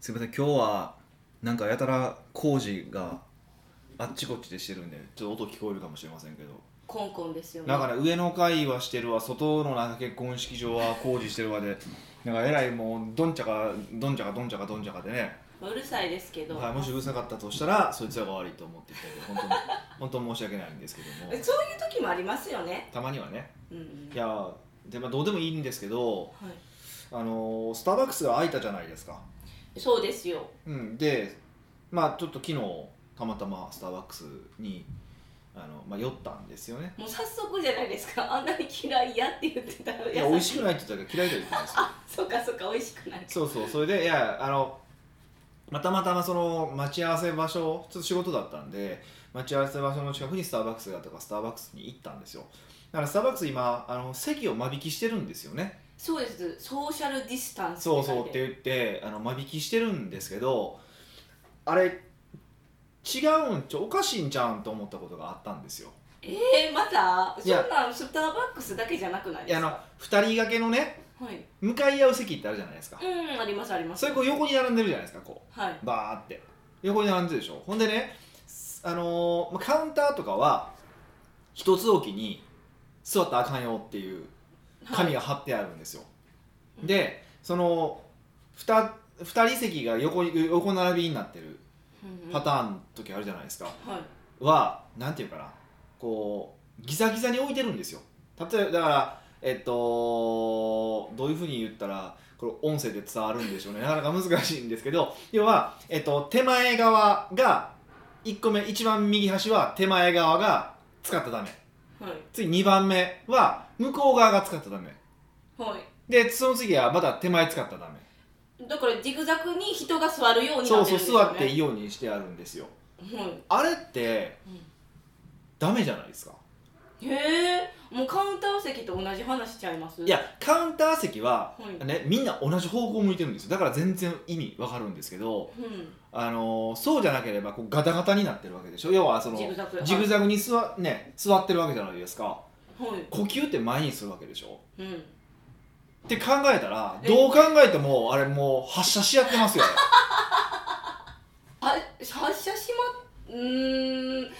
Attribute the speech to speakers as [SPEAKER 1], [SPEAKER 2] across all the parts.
[SPEAKER 1] すいません今日はなんかやたら工事があっちこっちでしてるんでちょっと音聞こえるかもしれませんけど
[SPEAKER 2] コンコンですよね
[SPEAKER 1] なんかね上の階はしてるわ外のなんか結婚式場は工事してるわでなんかえらいもうどんちゃかどんちゃかどんちゃかどんちゃかでね、
[SPEAKER 2] うるさいですけど、
[SPEAKER 1] はい、もしうるさかったとしたらそいつらが悪いと思っていただいて本当に 本当申し訳ないんですけども
[SPEAKER 2] そういう時もありますよね
[SPEAKER 1] たまにはね
[SPEAKER 2] うんうん
[SPEAKER 1] いやで、まあ、どうでもいいんですけど
[SPEAKER 2] はい、
[SPEAKER 1] あのスターバックスが開いたじゃないですか
[SPEAKER 2] そうですよ
[SPEAKER 1] うん、でまあちょっと昨日たまたまスターバックスにあの、まあ、寄ったんですよね
[SPEAKER 2] もう早速じゃないですかあんなに嫌いやって言ってたの
[SPEAKER 1] いや美味しく
[SPEAKER 2] い
[SPEAKER 1] ないって言ったから嫌いだ言ってたんですよ
[SPEAKER 2] あそっかそっか美味しくない
[SPEAKER 1] そうそうそれでいやあのまあたまたまその待ち合わせ場所ちょっと仕事だったんで待ち合わせ場所の近くにスターバックスがあったからスターバックスに行ったんですよだからスターバックス今あの席を間引きしてるんですよね
[SPEAKER 2] そうですソーシャルディスタンス
[SPEAKER 1] そうそうって
[SPEAKER 2] う
[SPEAKER 1] 言ってあの間引きしてるんですけどあれ違うんちゃうおかしいんちゃうんと思ったことがあったんですよ
[SPEAKER 2] えー、また
[SPEAKER 1] い
[SPEAKER 2] そん
[SPEAKER 1] や
[SPEAKER 2] なんスターバックスだけじゃなくない
[SPEAKER 1] い
[SPEAKER 2] で
[SPEAKER 1] や
[SPEAKER 2] す
[SPEAKER 1] あ
[SPEAKER 2] か
[SPEAKER 1] の2人掛けのね
[SPEAKER 2] はい
[SPEAKER 1] 向かい合う席ってあるじゃないですか
[SPEAKER 2] うんありますあります
[SPEAKER 1] それこう横に並んでるじゃないですかこ
[SPEAKER 2] はいう
[SPEAKER 1] バーって横に並んでるでしょほんでねすあのーまあカウンターとかは一つおきに座ったらあかんよっていう紙
[SPEAKER 2] はい
[SPEAKER 1] が貼ってあるんですよ、
[SPEAKER 2] うん
[SPEAKER 1] でその 2, 二人席が横に横並びになってる
[SPEAKER 2] うんうん
[SPEAKER 1] パターンの時あるじゃないですか、
[SPEAKER 2] はい
[SPEAKER 1] はなんていうかなこうギザギザに置いてるんですよ例えばだからえっとどういうふうに言ったらこれ音声で伝わるんでしょうねなかなか難しいんですけど要は、えっと、手前側が1個目一番右端は手前側が使ったらダメ
[SPEAKER 2] はい
[SPEAKER 1] 次2番目は向こう側が使ったらダメ
[SPEAKER 2] はい
[SPEAKER 1] でその次はまた手前使ったらダメ
[SPEAKER 2] だからジグザグに人が座るように
[SPEAKER 1] そ
[SPEAKER 2] な
[SPEAKER 1] う
[SPEAKER 2] っ
[SPEAKER 1] そうん
[SPEAKER 2] てるです
[SPEAKER 1] 座
[SPEAKER 2] よね
[SPEAKER 1] っていいようにしてあるんですよ
[SPEAKER 2] はい
[SPEAKER 1] あれってダメじゃないですか
[SPEAKER 2] へえもうカウンター席と同じ話しちゃいます
[SPEAKER 1] いやカウンター席は
[SPEAKER 2] はい、
[SPEAKER 1] ね、みんな同じ方向向いてるんですよだから全然意味わかるんですけど、
[SPEAKER 2] う
[SPEAKER 1] あのーそうじゃなければこうガタガタになってるわけでしょ要はそ
[SPEAKER 2] ん、
[SPEAKER 1] の
[SPEAKER 2] ジグザグ
[SPEAKER 1] ジグザグに座,、ね、座ってるわけじゃないですか
[SPEAKER 2] はい、
[SPEAKER 1] 呼吸って前にするわけでしょ
[SPEAKER 2] うん、
[SPEAKER 1] って考えたら
[SPEAKER 2] え
[SPEAKER 1] どう考えてもあれもう発射し合ってますよ
[SPEAKER 2] あ発射しまうーん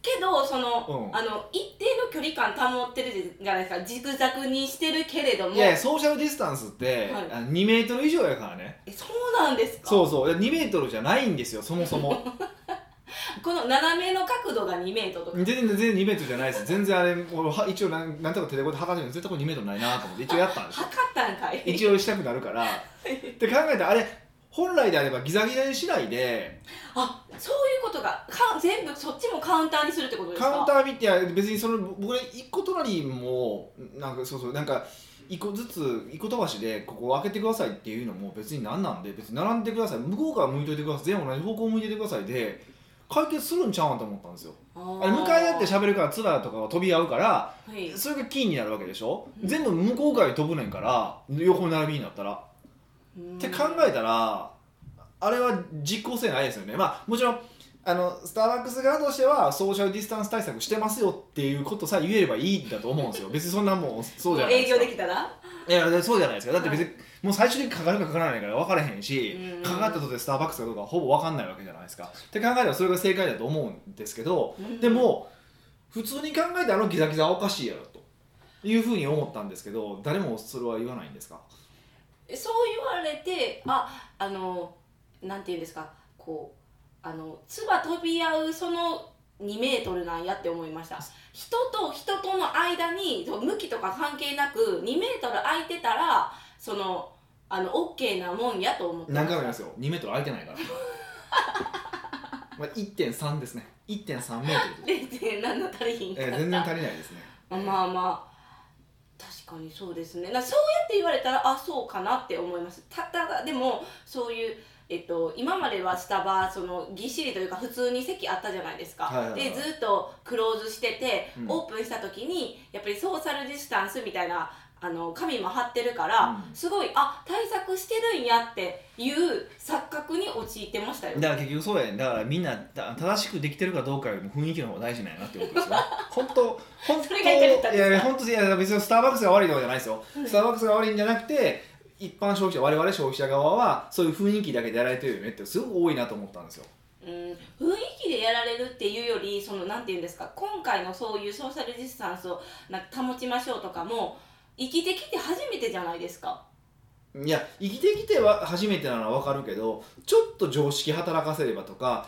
[SPEAKER 2] けどそ
[SPEAKER 1] う
[SPEAKER 2] の、
[SPEAKER 1] ん
[SPEAKER 2] あの一定の距離感保ってるじゃないですかジグザグにしてるけれども
[SPEAKER 1] いやいやソーシャルディスタンスって、
[SPEAKER 2] はい
[SPEAKER 1] あの2メートル以上やからね
[SPEAKER 2] えそうなんですか
[SPEAKER 1] そうそういや2メートルじゃないんですよそもそも
[SPEAKER 2] この斜めの角度が2メートルとか
[SPEAKER 1] 全然全然2メートルじゃないです全然あれ俺は一応なんなんとか手でこうやって測ってるの絶対これ2メートルないなと思って一応やったんですよ
[SPEAKER 2] 測ったんかい
[SPEAKER 1] 一応したくなるからって考えたらあれ本来であればギザギザにしないで
[SPEAKER 2] あそういうことがか全部そっちもカウンターにするってことですか
[SPEAKER 1] カウンター見て別にその僕ね一個隣もなんかそうそうなんか一個ずつ一個飛ばしでここを開けてくださいっていうのも別に何なんで別に並んでください向こうから向いといてください全部同じ方向向いててくださいで解決するんちゃうんと思ったんですよ
[SPEAKER 2] あー
[SPEAKER 1] あれ向かい合って喋るからツラとかが飛び合うから
[SPEAKER 2] はい
[SPEAKER 1] それがキーになるわけでしょ
[SPEAKER 2] うん
[SPEAKER 1] 全部向こうから飛ぶねんから横並びになったらって考えたらあれは実効性ないですよねまあもちろんあのスターバックス側としてはソーシャルディスタンス対策してますよっていうことさえ言えればいいんだと思うんですよ別にそんなもんそうじゃない
[SPEAKER 2] 営
[SPEAKER 1] です
[SPEAKER 2] 業
[SPEAKER 1] か
[SPEAKER 2] できたら
[SPEAKER 1] いやいやそうじゃないですかだって別に、
[SPEAKER 2] は
[SPEAKER 1] もう最終的にかかるかかからないから分からへんし
[SPEAKER 2] うん
[SPEAKER 1] かかったとでスターバックスかどうかはほぼ分かんないわけじゃないですかって考えたらそれが正解だと思うんですけど
[SPEAKER 2] うん
[SPEAKER 1] でも普通に考えたらあのギザギザはおかしいやろというふうに思ったんですけど誰もそれは言わないんですか
[SPEAKER 2] そう言われてああのなんていうんですかこうあの唾飛び合うその2メートルなんやって思いました人と人との間にそう向きとか関係なく2メートル空いてたらそのあのオッケーなもんやと思ってま
[SPEAKER 1] 何
[SPEAKER 2] した
[SPEAKER 1] 回も言い ますよ2メートル空いてないから まあ1.3ですね1.3メートルで
[SPEAKER 2] 0.7足りひん
[SPEAKER 1] す、
[SPEAKER 2] かっ
[SPEAKER 1] え
[SPEAKER 2] た、
[SPEAKER 1] ー全然足りないですね
[SPEAKER 2] まあまあ確かにそうですねなそうやって言われたらあそうかなって思いますたただでもそういう、えっと、今まではスタバそのぎっしりというか普通に席あったじゃないですか、
[SPEAKER 1] はいはいはい
[SPEAKER 2] でずっとクローズしてて、
[SPEAKER 1] うん
[SPEAKER 2] オープンした時にやっぱりソーシャルディスタンスみたいなあの紙も貼ってるから、
[SPEAKER 1] うん
[SPEAKER 2] すごいあ対策してるんやっていう錯覚に陥ってましたよ
[SPEAKER 1] だから結局そうやねんだからみんなた正しくできてるかどうかよりも雰囲気の方が大事なんやなってことですよね 本当本
[SPEAKER 2] それが言いたか
[SPEAKER 1] 当
[SPEAKER 2] ったんですか
[SPEAKER 1] いやいや本当いや別にスターバックスが悪いとかじゃないですよ、
[SPEAKER 2] うん
[SPEAKER 1] スターバックスが悪いんじゃなくて一般消費者我々消費者側はそういう雰囲気だけでやられてるよねってすごく多いなと思ったんですよ
[SPEAKER 2] うん、雰囲気でやられるっていうよりそのなんていうんですか今回のそういうソーシャルディスタンスをなんか保ちましょうとかも生きてきて初めてじゃないですか
[SPEAKER 1] いや生きてきては初めてなのは分かるけどちょっと常識働かせればとか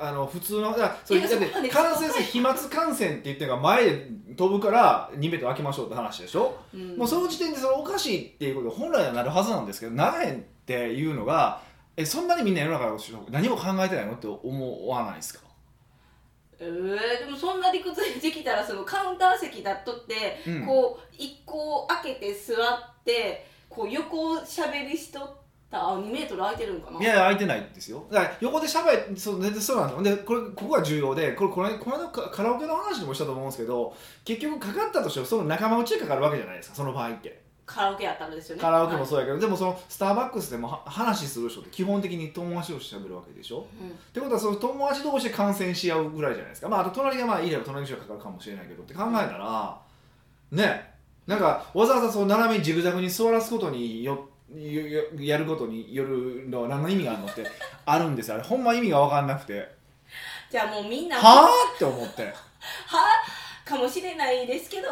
[SPEAKER 1] あの普通のだからそれ
[SPEAKER 2] い
[SPEAKER 1] だ
[SPEAKER 2] や
[SPEAKER 1] って
[SPEAKER 2] そうなんです
[SPEAKER 1] 感染性飛沫感染って言ってるから前で飛ぶから2メートル空けましょうって話でしょ、
[SPEAKER 2] うん
[SPEAKER 1] もうその時点でそれおかしいっていうことが本来はなるはずなんですけどならへんっていうのがえそんなにみんな世の中の人何も考えてないのって思わないですか、
[SPEAKER 2] えー、でもそんな理屈できたらそのカウンター席だっとって、
[SPEAKER 1] うん
[SPEAKER 2] こう一個開けて座ってこう横をしゃべりしとったあ2メートル空いてるんかない
[SPEAKER 1] やいや空いてないんですよだから横でしゃべそう全然そうなんですよでこれここが重要でこれこのこの間カカラオケの話でもしたと思うんですけど結局かかったとしてもその仲間内でかかるわけじゃないですかその場合って
[SPEAKER 2] カラオケやったらですよね
[SPEAKER 1] カラオケも
[SPEAKER 2] はい
[SPEAKER 1] そうやけど、でもそのスターバックスでもは話する人って基本的に友達としゃべるわけでしょ
[SPEAKER 2] うん
[SPEAKER 1] ってことはその友達同士で感染し合うぐらいじゃないですかまああと隣がまあいいれば隣の人がかかるかもしれないけどって考えたらねなんかわざわざその斜めにジグザグに座らすことによよよやることによるのは何の意味があるのってあるんですよあれほんま意味が分かんなくて
[SPEAKER 2] じゃあもうみんな
[SPEAKER 1] はあって思って
[SPEAKER 2] はかもしれないですけど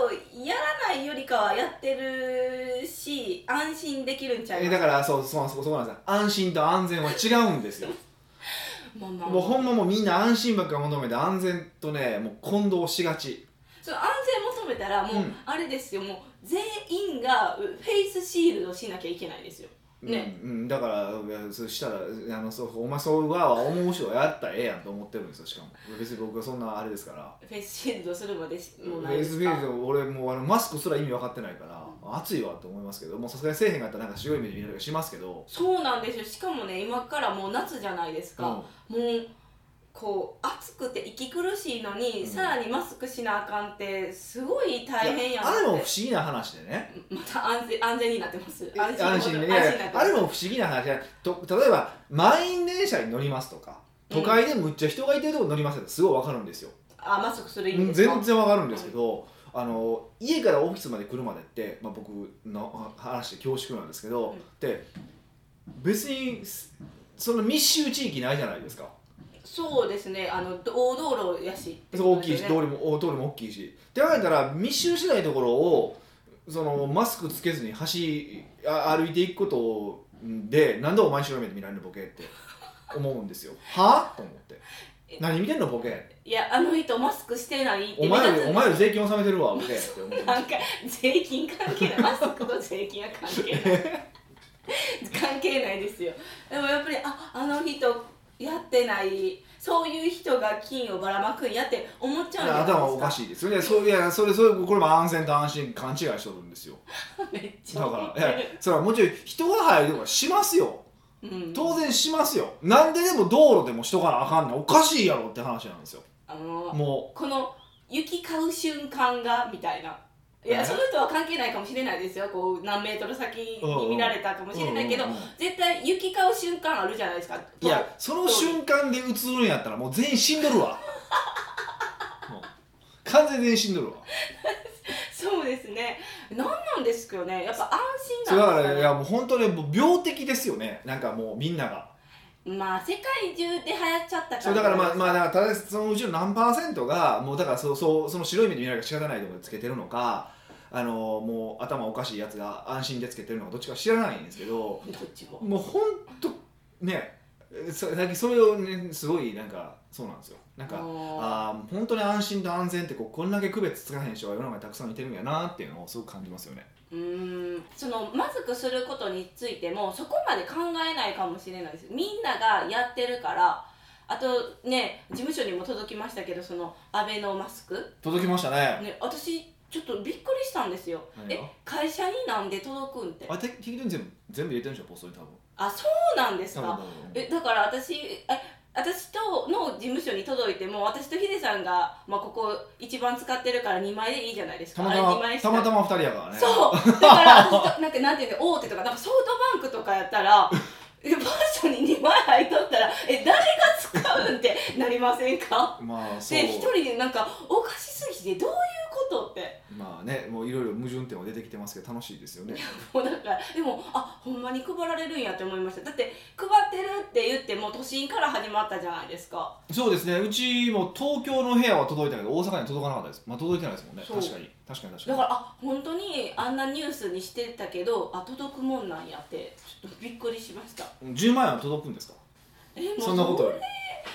[SPEAKER 2] やらないよりかはやってるし安心できるんちゃ
[SPEAKER 1] え
[SPEAKER 2] いま
[SPEAKER 1] だ
[SPEAKER 2] す
[SPEAKER 1] からそうそうそうそうなんですよ安心と安全は違うんですよ
[SPEAKER 2] まあまあ
[SPEAKER 1] もうほんまもうみんな安心ばっか求めて安全とねもう混同しがち
[SPEAKER 2] その安全求めたらもう、
[SPEAKER 1] うん
[SPEAKER 2] あれですよもう全員がうフェイスシールドしなきゃいけないですよね
[SPEAKER 1] うんうん、だからいやそしたらあのそうお前そうは思う人はやったらええやんと思ってるんですよしかも別に僕はそんなあれですから
[SPEAKER 2] フェイスシールドするまでしもうないですか
[SPEAKER 1] SB でも俺もうあのマスクすら意味分かってないから暑いわと思いますけどもうさすがにせえへんかったらなんか白い目で見られたりしますけど、
[SPEAKER 2] そうなんですよしかもね今からもう夏じゃないです
[SPEAKER 1] うん
[SPEAKER 2] か、もうこう暑くて息苦しいのに、
[SPEAKER 1] うん
[SPEAKER 2] さらにマスクしなあかんってすごい大変やん
[SPEAKER 1] いあれも不思議な話でね
[SPEAKER 2] また安全安全になってます。
[SPEAKER 1] 安心ね
[SPEAKER 2] 安心になってま
[SPEAKER 1] あ
[SPEAKER 2] す
[SPEAKER 1] れも不思議な話でと例えば満員電車に乗りますとか都会でむっちゃ人がいてるとこ乗りますってすごい分かるんですよ
[SPEAKER 2] あマスクする意味
[SPEAKER 1] 全
[SPEAKER 2] ですか。
[SPEAKER 1] 然わかるんですけど、あの家からオフィスまで来るまでって、まあ、僕のあ話で恐縮なんですけど、
[SPEAKER 2] うん
[SPEAKER 1] で別にすその密集地域ないじゃないですか
[SPEAKER 2] そうですね。あの大道路やし、
[SPEAKER 1] そう大きいし通り
[SPEAKER 2] 道路。
[SPEAKER 1] も大通りも大きいしって考えたら密集しないところをそのマスクつけずに走あ歩いていくことでなんでお前白い目で見られるボケって思うんですよはあと思って
[SPEAKER 2] え
[SPEAKER 1] 何見てんのボケ
[SPEAKER 2] いやあの人マスクしてないって
[SPEAKER 1] お前より
[SPEAKER 2] 目立つ
[SPEAKER 1] お前より税金納めてるわボケって思ってま
[SPEAKER 2] な
[SPEAKER 1] す
[SPEAKER 2] んか税金関係 ないマスクと税金は関係ない関係ないですよでもやっぱりああの人やってないそういう人が金をばらまくんやって思っちゃうんじゃないですか
[SPEAKER 1] 頭おかしいですよねそういやそれそれこれも安全と安心勘違いしとるんですよ
[SPEAKER 2] めっち
[SPEAKER 1] だ
[SPEAKER 2] ゃ
[SPEAKER 1] からいやそれはもちろん人が入るとかしますよ
[SPEAKER 2] うん、
[SPEAKER 1] 当然しますよ何ででも道路でもしとかなあかんのおかしいやろって話なんですよ
[SPEAKER 2] あの
[SPEAKER 1] も
[SPEAKER 2] この雪買う瞬間がみたいないや
[SPEAKER 1] え
[SPEAKER 2] その人は関係ないかもしれないですよこう何メートル先に見られたか
[SPEAKER 1] う
[SPEAKER 2] もしれないけど、
[SPEAKER 1] うんうんうん
[SPEAKER 2] 絶対雪買う瞬間あるじゃないですか
[SPEAKER 1] いやその瞬間で映るんやったらもう全員死んどる わもう完全に全員死んどるわ
[SPEAKER 2] そうですね何なんですかねやっぱ安
[SPEAKER 1] そ
[SPEAKER 2] 心
[SPEAKER 1] れだか
[SPEAKER 2] なんですから
[SPEAKER 1] い
[SPEAKER 2] ね
[SPEAKER 1] やもう本当にもう病的ですよねなんかもうみんなが
[SPEAKER 2] まあ世界中で流行っちゃったから
[SPEAKER 1] そうだからまあまあだからただそのうちの何パーセントがもうだからそうそうその白い目で見られるから仕方ないところでつけてるのかあのもう頭おかしいやつが安心でつけてるのかどっちか知らないんですけど
[SPEAKER 2] どっちも
[SPEAKER 1] もうほんとねえそ最近それをねすごいなんかそうなんですよなんか
[SPEAKER 2] あ
[SPEAKER 1] あー本当に安心と安全ってこうこんだけ区別つかへん人が世の中にたくさんいてるんやなっていうのをすごく感じますよね。
[SPEAKER 2] ーうーんそのマスクすることについてもそこまで考えないかもしれないですみんながやってるからあとね事務所にも届きましたけどその安倍のマスク
[SPEAKER 1] 届きましたね。
[SPEAKER 2] ね、私ちょっとびっくりしたんですよ
[SPEAKER 1] 何が
[SPEAKER 2] え会社になんで届くんって
[SPEAKER 1] あて適当に全部全部入れてるんでしょポストに多分。
[SPEAKER 2] あそうなんです
[SPEAKER 1] 多
[SPEAKER 2] か
[SPEAKER 1] 分多分
[SPEAKER 2] えだから私え私との事務所に届いても私とヒデさんが、まあ、ここ一番使ってるから2枚でいいじゃないです
[SPEAKER 1] た
[SPEAKER 2] か
[SPEAKER 1] ま
[SPEAKER 2] あ
[SPEAKER 1] た
[SPEAKER 2] れ
[SPEAKER 1] ま
[SPEAKER 2] 二枚しか
[SPEAKER 1] たまたま2人やからね。
[SPEAKER 2] そうだから私となんかなんていうの大手とかなんかソフトバンクとかやったらえマンションに2枚入っとったらえ誰が使うんってなりませんか
[SPEAKER 1] まあそう
[SPEAKER 2] で一人でなんかおかしすぎてどういうことって
[SPEAKER 1] まあねもういろいろ矛盾点は出てきてますけど楽しいですよね
[SPEAKER 2] もうなんかでもあほんまに配られるんやって思いましただって配ってるって言ってもう都心から始まったじゃないですか
[SPEAKER 1] そうですねうちも東京の部屋は届いたけど大阪には届かなかったですまあ届いてないですもんね
[SPEAKER 2] そう
[SPEAKER 1] 確かに確かに確か
[SPEAKER 2] だ
[SPEAKER 1] に
[SPEAKER 2] からあ本当にあんなニュースにしてたけどあ届くもんなんやってちょっとびっくりしました
[SPEAKER 1] 10万円は届くんですか
[SPEAKER 2] えもう
[SPEAKER 1] そんなことより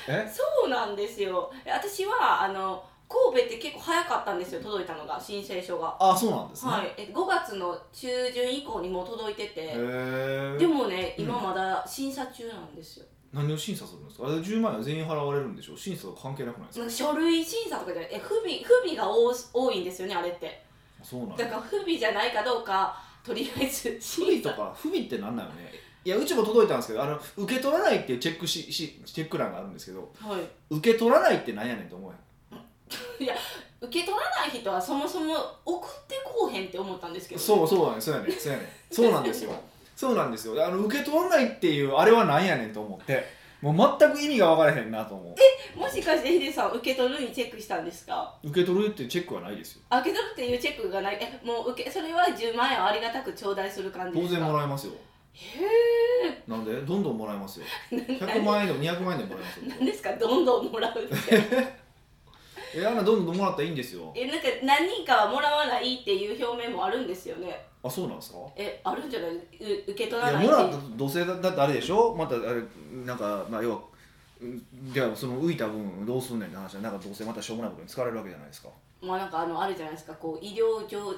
[SPEAKER 1] え
[SPEAKER 2] そうなんですよ私はあの神戸って結構早かったんですよ届いたのが申請書が、
[SPEAKER 1] あそうなんですね、
[SPEAKER 2] はい、え5月の中旬以降にもう届いてて、
[SPEAKER 1] へえ
[SPEAKER 2] でもね
[SPEAKER 1] うん
[SPEAKER 2] 今まだ審査中なんですよ、
[SPEAKER 1] 何を審査するんですかあれ10万円は全員払われるんでしょ審査と関係なくないですか、
[SPEAKER 2] なんか書類審査とかじゃないえ不備不備が多多いんですよねあれって
[SPEAKER 1] そうなん
[SPEAKER 2] だ
[SPEAKER 1] だ
[SPEAKER 2] から不備じゃないかどうかとりあえず
[SPEAKER 1] 不備
[SPEAKER 2] 審
[SPEAKER 1] と
[SPEAKER 2] 査
[SPEAKER 1] か不備ってなんなのねいやうちも届いたんですけどあの受け取らないっていうチェックししチェック欄があるんですけど
[SPEAKER 2] はい
[SPEAKER 1] 受け取らないってなんやねんと思うやん
[SPEAKER 2] 受け取らない人はそもそも送ってこうへんって思ったんですけど
[SPEAKER 1] そうそうなんですそうやねんそうやねんそうなん ですよそうなんですよあの受け取らないっていうあれはなんやねんと思ってもう全く意味が分からへんなと思
[SPEAKER 2] もしかしてヒデさん受け取るにチェックしたんですか
[SPEAKER 1] う受け取るっていうチェックはないですよ
[SPEAKER 2] あ受け取るっていうチェックがないえもう受けそれは10万円をありがたく頂戴する感じ
[SPEAKER 1] 当
[SPEAKER 2] ですか
[SPEAKER 1] 然もらえますよ
[SPEAKER 2] へ
[SPEAKER 1] なんでどんどんもらえますよ100万円でも200万円でももらえますよ
[SPEAKER 2] え何ですかどんどんもらうって
[SPEAKER 1] えあんなどんどんもらったらいいんですよ
[SPEAKER 2] えなんか何人かはもらわないっていう表明もあるんですよね
[SPEAKER 1] あそうなんですか
[SPEAKER 2] えあるんじゃないう受け取
[SPEAKER 1] い
[SPEAKER 2] ら
[SPEAKER 1] や
[SPEAKER 2] ない
[SPEAKER 1] も
[SPEAKER 2] っ
[SPEAKER 1] ら
[SPEAKER 2] てい
[SPEAKER 1] っ
[SPEAKER 2] う
[SPEAKER 1] たとどうせだだってあれでしょまたあれなんかまあ要はうんじゃあその浮いた分どうすんねんって話はなんかどうせまたしょうもないことに使われるわけじゃないですか
[SPEAKER 2] まあなんかあのあるじゃないですかこう医療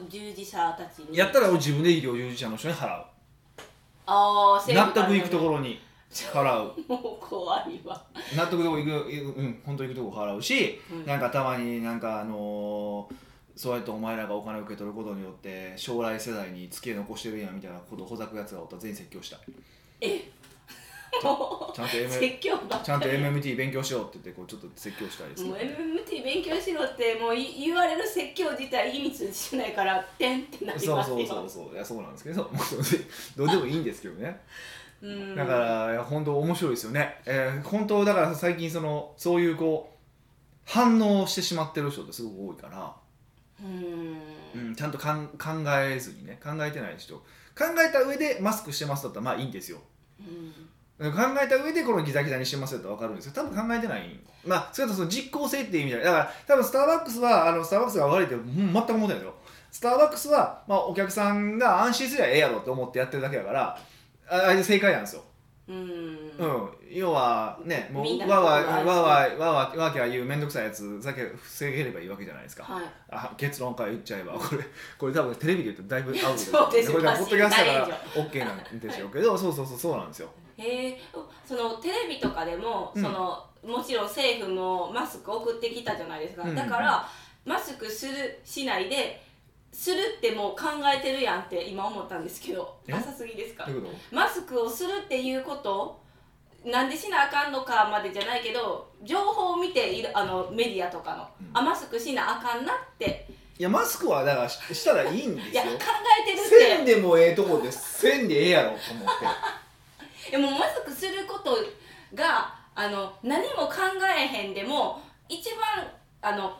[SPEAKER 2] 従事者たちに
[SPEAKER 1] やったら俺自分で医療従事者の人に払う
[SPEAKER 2] ああ
[SPEAKER 1] 納得いくとこ
[SPEAKER 2] ろ
[SPEAKER 1] ろに払う
[SPEAKER 2] もう怖いわ
[SPEAKER 1] 納得いくとこ行くうん本当行くとこ払うし、
[SPEAKER 2] うん
[SPEAKER 1] なんかたまになんかあのーそうやってお前らがお金を受け取ることによって将来世代に付け残してるやんみたいなことをほざくやつがおったら全員説教 したい
[SPEAKER 2] え
[SPEAKER 1] ちゃんと MM
[SPEAKER 2] 説教ばっかり
[SPEAKER 1] ちゃんと MMT 勉強しようって言ってこうちょっと説教したいです
[SPEAKER 2] もう
[SPEAKER 1] ね
[SPEAKER 2] MMT 勉強しろってもうい言われる説教自体意味通じてないから点ってなります
[SPEAKER 1] そ
[SPEAKER 2] よ
[SPEAKER 1] うそうそうそういやそうなんですけ どどうでもいいんですけどね
[SPEAKER 2] うん
[SPEAKER 1] だからいや本当面白いですよね、えー本当だから最近そのそういうこう反応してしまってる人ってすごく多いから、
[SPEAKER 2] うん
[SPEAKER 1] うん、ちゃんとかん考えずにね考えてない人考えた上でマスクしてますだったらまあいいんですよ
[SPEAKER 2] うん
[SPEAKER 1] 考えた上でこのギザギザにしてますだったら分かるんですけど多分考えてないまあそれとその実効性っていう意味じゃないだから多分スターバックスはあのスターバックスが悪いってうん全く思ってないですよスターバックスは、まあ、お客さんが安心すればええやろと思ってやってるだけだからああれで正解なんですよ
[SPEAKER 2] うん
[SPEAKER 1] うん、要はねも
[SPEAKER 2] みんな
[SPEAKER 1] う
[SPEAKER 2] の
[SPEAKER 1] わわ
[SPEAKER 2] ことを
[SPEAKER 1] わ
[SPEAKER 2] 愛する
[SPEAKER 1] わわわわきゃ言う面倒くさいやつだけ防げればいいわけじゃないですか、
[SPEAKER 2] はい
[SPEAKER 1] あ結論から言っちゃえばこれこれ多分テレビで言うとだいぶアウトです
[SPEAKER 2] そうですよ
[SPEAKER 1] これがポッドキャストだか
[SPEAKER 2] ま
[SPEAKER 1] ら OK なんでしょうけどそうそうそうそうなんですよ
[SPEAKER 2] へえそのテレビとかでも、
[SPEAKER 1] うん
[SPEAKER 2] そのもちろん政府もマスク送ってきたじゃないですか、
[SPEAKER 1] うんうん
[SPEAKER 2] だからマスクするしないでするってもう考えてるやんって今思ったんですけど
[SPEAKER 1] え
[SPEAKER 2] 浅すぎですか
[SPEAKER 1] ということ
[SPEAKER 2] マスクをするっていうことなんでしなあかんのかまでじゃないけど情報を見ているあのメディアとかの、
[SPEAKER 1] うん
[SPEAKER 2] あマスクしなあかんなって
[SPEAKER 1] いやマスクはだからししたらいいんです
[SPEAKER 2] いや
[SPEAKER 1] よ
[SPEAKER 2] 考えてるって
[SPEAKER 1] せんでもええとこでせんでええやろと思って
[SPEAKER 2] でもマスクすることがあの何も考えへんでも一番あの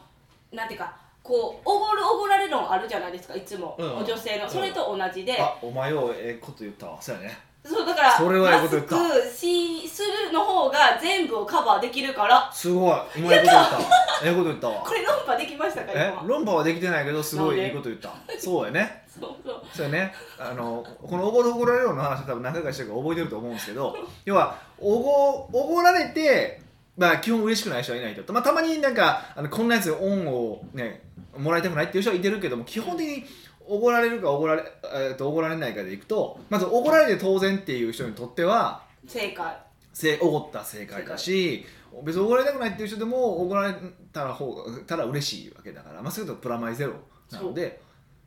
[SPEAKER 2] なんていうかこうおごるおごられ論あるじゃないですかいつも、
[SPEAKER 1] うんうん
[SPEAKER 2] 女性の
[SPEAKER 1] うん
[SPEAKER 2] それと同じで、
[SPEAKER 1] あお前をええこと言ったわそうやね
[SPEAKER 2] そうだから
[SPEAKER 1] それはええ
[SPEAKER 2] マ
[SPEAKER 1] こと
[SPEAKER 2] ス
[SPEAKER 1] 言った
[SPEAKER 2] クしするの方が全部をカバーできるから
[SPEAKER 1] すごい今ええこと言ったわええこと言ったわ
[SPEAKER 2] これ論破できましたか
[SPEAKER 1] え
[SPEAKER 2] 今
[SPEAKER 1] 論破はできてないけどすごい
[SPEAKER 2] なん
[SPEAKER 1] い
[SPEAKER 2] で
[SPEAKER 1] いこと言ったそうやね
[SPEAKER 2] そうそう
[SPEAKER 1] そうね、あのこのおごるおごられるの話は多分何回かしてるから覚えてると思うんですけど要はおごおごられて、まあ、基本嬉しくない人はいないと、まあ、たまになんかあのこんなやつに恩を、ね、もらいたくないっていう人はいてるけども基本的におごられるかおごられ,、えー、とおごられないかでいくとまずおごられて当然っていう人にとっては
[SPEAKER 2] 正解
[SPEAKER 1] せおごった正解だし別におごられたくないっていう人でもおごられたら方がたら嬉しいわけだから、まあ、そういうとプラマイゼロなので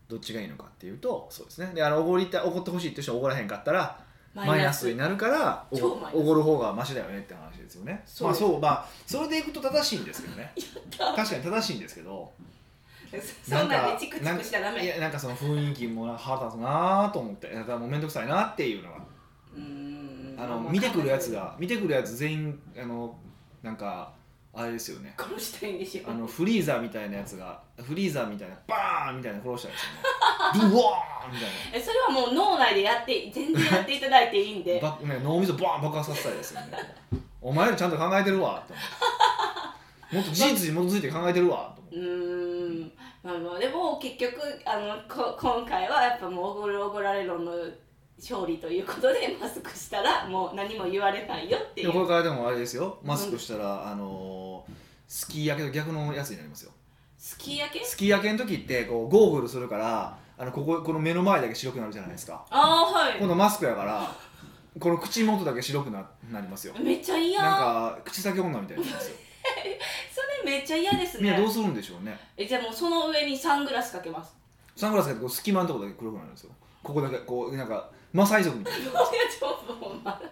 [SPEAKER 1] どっちがいいのかっていうとそうですねであのおごりたおごってほしいっていう人はおごらへんかったらマイナスになるからお
[SPEAKER 2] 超マイナス
[SPEAKER 1] おごる方がマシだよねって話ですよね
[SPEAKER 2] そうです
[SPEAKER 1] まあ、そうまあそれでいくと正しいんですけどね
[SPEAKER 2] やった
[SPEAKER 1] 確かに正しいんですけど
[SPEAKER 2] そんなん
[SPEAKER 1] か
[SPEAKER 2] でチクチクしちゃダ
[SPEAKER 1] なんかい
[SPEAKER 2] メ
[SPEAKER 1] やなんかその雰囲気もな腹立つなと思っていやだからもう面倒くさいなっていうのが
[SPEAKER 2] うーん
[SPEAKER 1] あ
[SPEAKER 2] ま
[SPEAKER 1] の
[SPEAKER 2] ま
[SPEAKER 1] 見てくるやつが見てくるやつ全員あのなんかあれですよね
[SPEAKER 2] 殺したいんですよ
[SPEAKER 1] あのフリーザーみたいなやつがフリーザーみたいなバーンみたいな殺したんです よねドゥワーンみたいな
[SPEAKER 2] えそれはもう脳内でやって全然やっていただいていいんで
[SPEAKER 1] ばね、脳みそバーン爆発させたいですよねお前らちゃんと考えてるわって思ってもっと事実に基づいて考えてるわと思っ
[SPEAKER 2] う
[SPEAKER 1] て
[SPEAKER 2] ーんまあまあでも結局あのこ今回はやっぱもうおごるおごられ論の勝利ということでマスクしたらもう何も言われないよってい
[SPEAKER 1] でもこれ
[SPEAKER 2] う
[SPEAKER 1] からでもあれですよマスクしたら、あのースキー焼けと逆のやつになりますよ
[SPEAKER 2] すき焼け
[SPEAKER 1] スキー焼けの時ってこうゴーグルするからあのこここの目の前だけ白くなるじゃないですか
[SPEAKER 2] ああ
[SPEAKER 1] 今
[SPEAKER 2] は
[SPEAKER 1] 度マスクやからこの口元だけ白くななりますよ
[SPEAKER 2] いめっちゃ嫌
[SPEAKER 1] なんか口先女みたいになりますよ
[SPEAKER 2] それめっちゃ嫌です
[SPEAKER 1] みんなどう
[SPEAKER 2] ね
[SPEAKER 1] するんでしょうね
[SPEAKER 2] えじゃあもうその上にサングラスかけます
[SPEAKER 1] サングラスがこう隙間のとこだけ黒くなるんですよここだけこうなんかマサイ族みたいない
[SPEAKER 2] やちょっともうまだ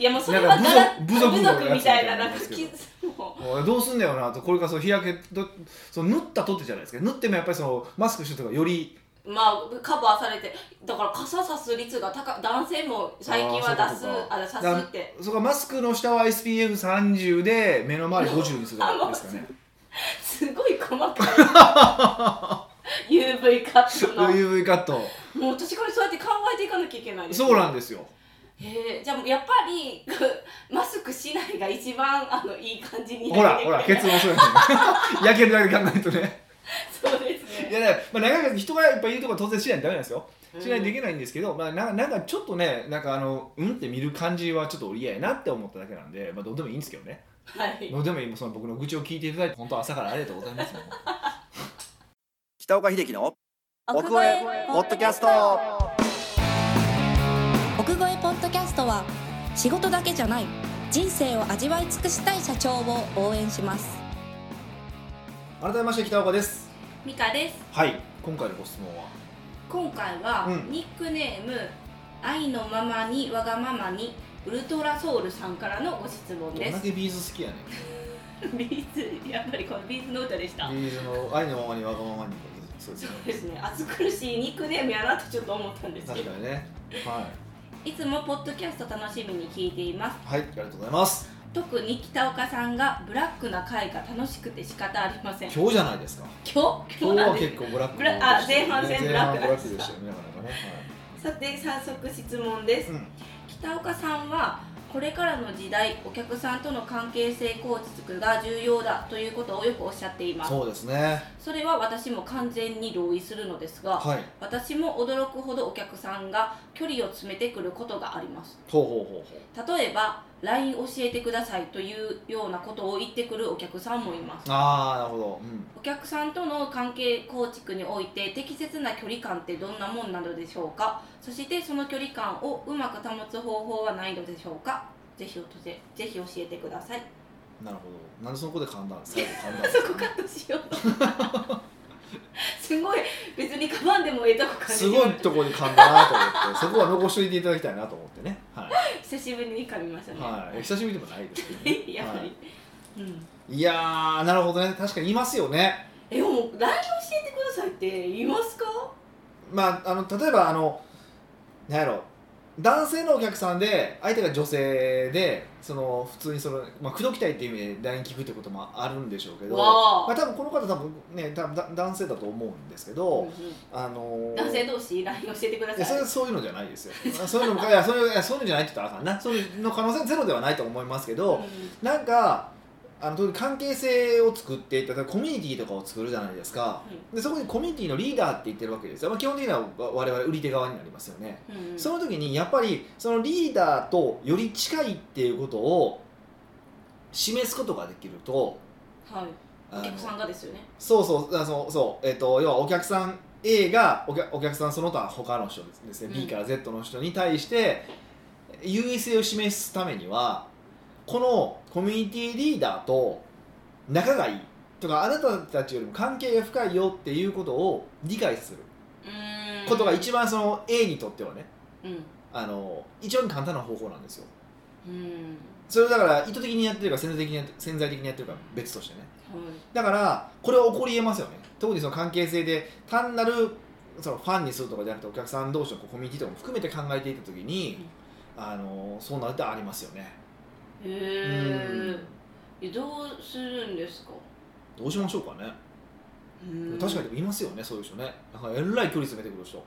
[SPEAKER 2] いやもうそれ
[SPEAKER 1] な
[SPEAKER 2] は
[SPEAKER 1] んか
[SPEAKER 2] ガラ
[SPEAKER 1] 部族
[SPEAKER 2] 部
[SPEAKER 1] 部族の
[SPEAKER 2] 族
[SPEAKER 1] やつ
[SPEAKER 2] み
[SPEAKER 1] みた
[SPEAKER 2] た
[SPEAKER 1] い
[SPEAKER 2] いな
[SPEAKER 1] な
[SPEAKER 2] なん
[SPEAKER 1] ん
[SPEAKER 2] か
[SPEAKER 1] ですけ
[SPEAKER 2] き
[SPEAKER 1] ど
[SPEAKER 2] もう
[SPEAKER 1] おいどうすんだよなとこれからその日焼けとその塗ったとってじゃないですか塗ってもやっぱりそのマスクしてるとかより
[SPEAKER 2] まあカバーされてだから傘さす率が高い男性も最近は出す
[SPEAKER 1] あーそういうことか
[SPEAKER 2] あさすって
[SPEAKER 1] そこはマスクの下は SPF30 で目の周り50にする
[SPEAKER 2] あもう
[SPEAKER 1] です かね
[SPEAKER 2] すごい細かい UV カ ットの
[SPEAKER 1] UV カット
[SPEAKER 2] もう私これそうやって考えていかなきゃいけないですね
[SPEAKER 1] そうなんですよ
[SPEAKER 2] へえじゃあもうやっぱりマスクしないが一番あのいい感じに
[SPEAKER 1] ほら
[SPEAKER 2] なって
[SPEAKER 1] ほら
[SPEAKER 2] くれ
[SPEAKER 1] 結論そうやね 焼けるだけ考えるとね
[SPEAKER 2] そうです
[SPEAKER 1] い
[SPEAKER 2] ね
[SPEAKER 1] やだから、まあ、長く人がやっぱいるとこは当然しないとダメなんですよ
[SPEAKER 2] うん
[SPEAKER 1] しないといけないんですけど、まあ、ななんかちょっとねなんかあのうんって見る感じはちょっと俺嫌やなって思っただけなんで、まあ、どうでもいいんですけどね
[SPEAKER 2] はい
[SPEAKER 1] どうでもいいその僕の愚痴を聞いていただいて本当朝からありがとうございます北岡秀樹の
[SPEAKER 3] 奥越えポッドキャスト奥越えポッドキャストは仕事だけじゃない人生を味わい尽くしたい社長を応援します
[SPEAKER 1] 改めまして北岡です
[SPEAKER 2] ミカです
[SPEAKER 1] はい今回のご質問は
[SPEAKER 2] 今回は、
[SPEAKER 1] うん
[SPEAKER 2] ニックネーム愛のままにわがままにウルトラソウルさんからのご質問
[SPEAKER 1] どん
[SPEAKER 2] で
[SPEAKER 1] だ
[SPEAKER 2] す
[SPEAKER 1] けビーズ好きやねん
[SPEAKER 2] ビーズやっぱりこのビーズの歌でした
[SPEAKER 1] ビーズの愛のままにわがままにそうです
[SPEAKER 2] そ
[SPEAKER 1] よ
[SPEAKER 2] うですね暑苦しいニックネームやなとちょっと思ったんですけ
[SPEAKER 1] 確
[SPEAKER 2] ど
[SPEAKER 1] かにねはい
[SPEAKER 2] つもポッドキャスト楽しみに聞いています
[SPEAKER 1] いはいありがとうございます
[SPEAKER 2] 特に北岡さんがブラックな回が楽しくて仕方ありません今
[SPEAKER 1] 今日じゃないですか
[SPEAKER 2] 日
[SPEAKER 1] 今
[SPEAKER 2] 今日
[SPEAKER 1] 日
[SPEAKER 2] なん
[SPEAKER 1] は
[SPEAKER 2] です
[SPEAKER 1] 結構ブラック
[SPEAKER 2] ブラあ前半戦ブラッ
[SPEAKER 1] 前半
[SPEAKER 2] ク
[SPEAKER 1] ブラックでしたよねなかなかね、
[SPEAKER 2] さて早速質問です
[SPEAKER 1] はいうん
[SPEAKER 2] 北岡さんはこれからの時代お客さんとの関係性構築が重要だということをよくおっしゃっています
[SPEAKER 1] そうですね。
[SPEAKER 2] それは私も完全に同意するのですが、
[SPEAKER 1] はい。
[SPEAKER 2] 私も驚くほどお客さんが距離を詰めてくることがあります
[SPEAKER 1] ほうほうほうほう。
[SPEAKER 2] 例えば LINE 教えてくださいというようなことを言ってくるお客さんもいます
[SPEAKER 1] ああ、なるほど。うん。
[SPEAKER 2] お客さんとの関係構築において適切な距離感ってどんなもんなのでしょうかそしてその距離感をうまく保つ方法はないのでしょうかぜひおとぜぜひ教えてください
[SPEAKER 1] なるほど。なんでそこで噛んだんですか。最後 噛んだんです
[SPEAKER 2] そ
[SPEAKER 1] か
[SPEAKER 2] こカットしようとすごい別にかばんでもええとこ感じ
[SPEAKER 1] すごいところに噛んだなと思って、そこは残しておいていただきたいなと思ってね。は
[SPEAKER 2] 久しぶりに噛みました
[SPEAKER 1] い。
[SPEAKER 2] ね、
[SPEAKER 1] はい。久しぶりでもないですけど、 ね。
[SPEAKER 2] やっぱり、
[SPEAKER 1] は
[SPEAKER 2] うん
[SPEAKER 1] い、いやー、なるほどね。確かにいますよね。
[SPEAKER 2] えもう LINE 教えてくださいって言いますか
[SPEAKER 1] まあ、あの、例えば、あの。なんやろ男性のお客さんで相手が女性でその普通にその、まあ、口説きたいっていう意味で LINE 聞くってこともあるんでしょうけど、
[SPEAKER 2] わあ
[SPEAKER 1] まあ、多分この方多分ね多分だ男性だと思うんですけど、あのー
[SPEAKER 2] 男性同士 LINE 教えてくだ
[SPEAKER 1] いやそ
[SPEAKER 2] さい
[SPEAKER 1] れはそういうのじゃないですよそういうのいやそういういやそういうのじゃないって言ったらあかんなそういうの可能性はゼロではないと思いますけど、なんかあの特に関係性を作って例えばコミュニティとかを作るじゃないですかでそこにコミュニティのリーダーって言ってるわけですよ、まあ、基本的にはわ我々売り手側になりますよね、
[SPEAKER 2] うんうん
[SPEAKER 1] その時にやっぱりそのリーダーとより近いっていうことを示すことができると
[SPEAKER 2] はい
[SPEAKER 1] あ
[SPEAKER 2] お
[SPEAKER 1] の
[SPEAKER 2] 客さんがですよね
[SPEAKER 1] そうそうあそうそう、えっと要はお客さん A がお客お客さんその他他の人ですね、
[SPEAKER 2] うん
[SPEAKER 1] B から Z の人に対して優位性を示すためにはこのコミュニティリーダーと仲がいいとかあなたたちよりも関係が深いよっていうことを理解する
[SPEAKER 2] うーん
[SPEAKER 1] ことが一番その A にとってはね
[SPEAKER 2] うん
[SPEAKER 1] あの一番簡単な方法なんですよ
[SPEAKER 2] うん
[SPEAKER 1] それをだから意図的にやってるか潜在的にやって潜在的にやってるかは別としてね
[SPEAKER 2] はい
[SPEAKER 1] だからこれは起こりえますよね特にその関係性で単なるそのファンにするとかじゃなくてお客さん同士のこうコミュニティとかも含めて考えていった時に、あのそうなるってありますよね
[SPEAKER 2] へえ
[SPEAKER 1] うん
[SPEAKER 2] えどうするんですか
[SPEAKER 1] どうしましょうかね、確かにでもいますよねそういう人ねなんかえらい距離詰めてくる人
[SPEAKER 2] に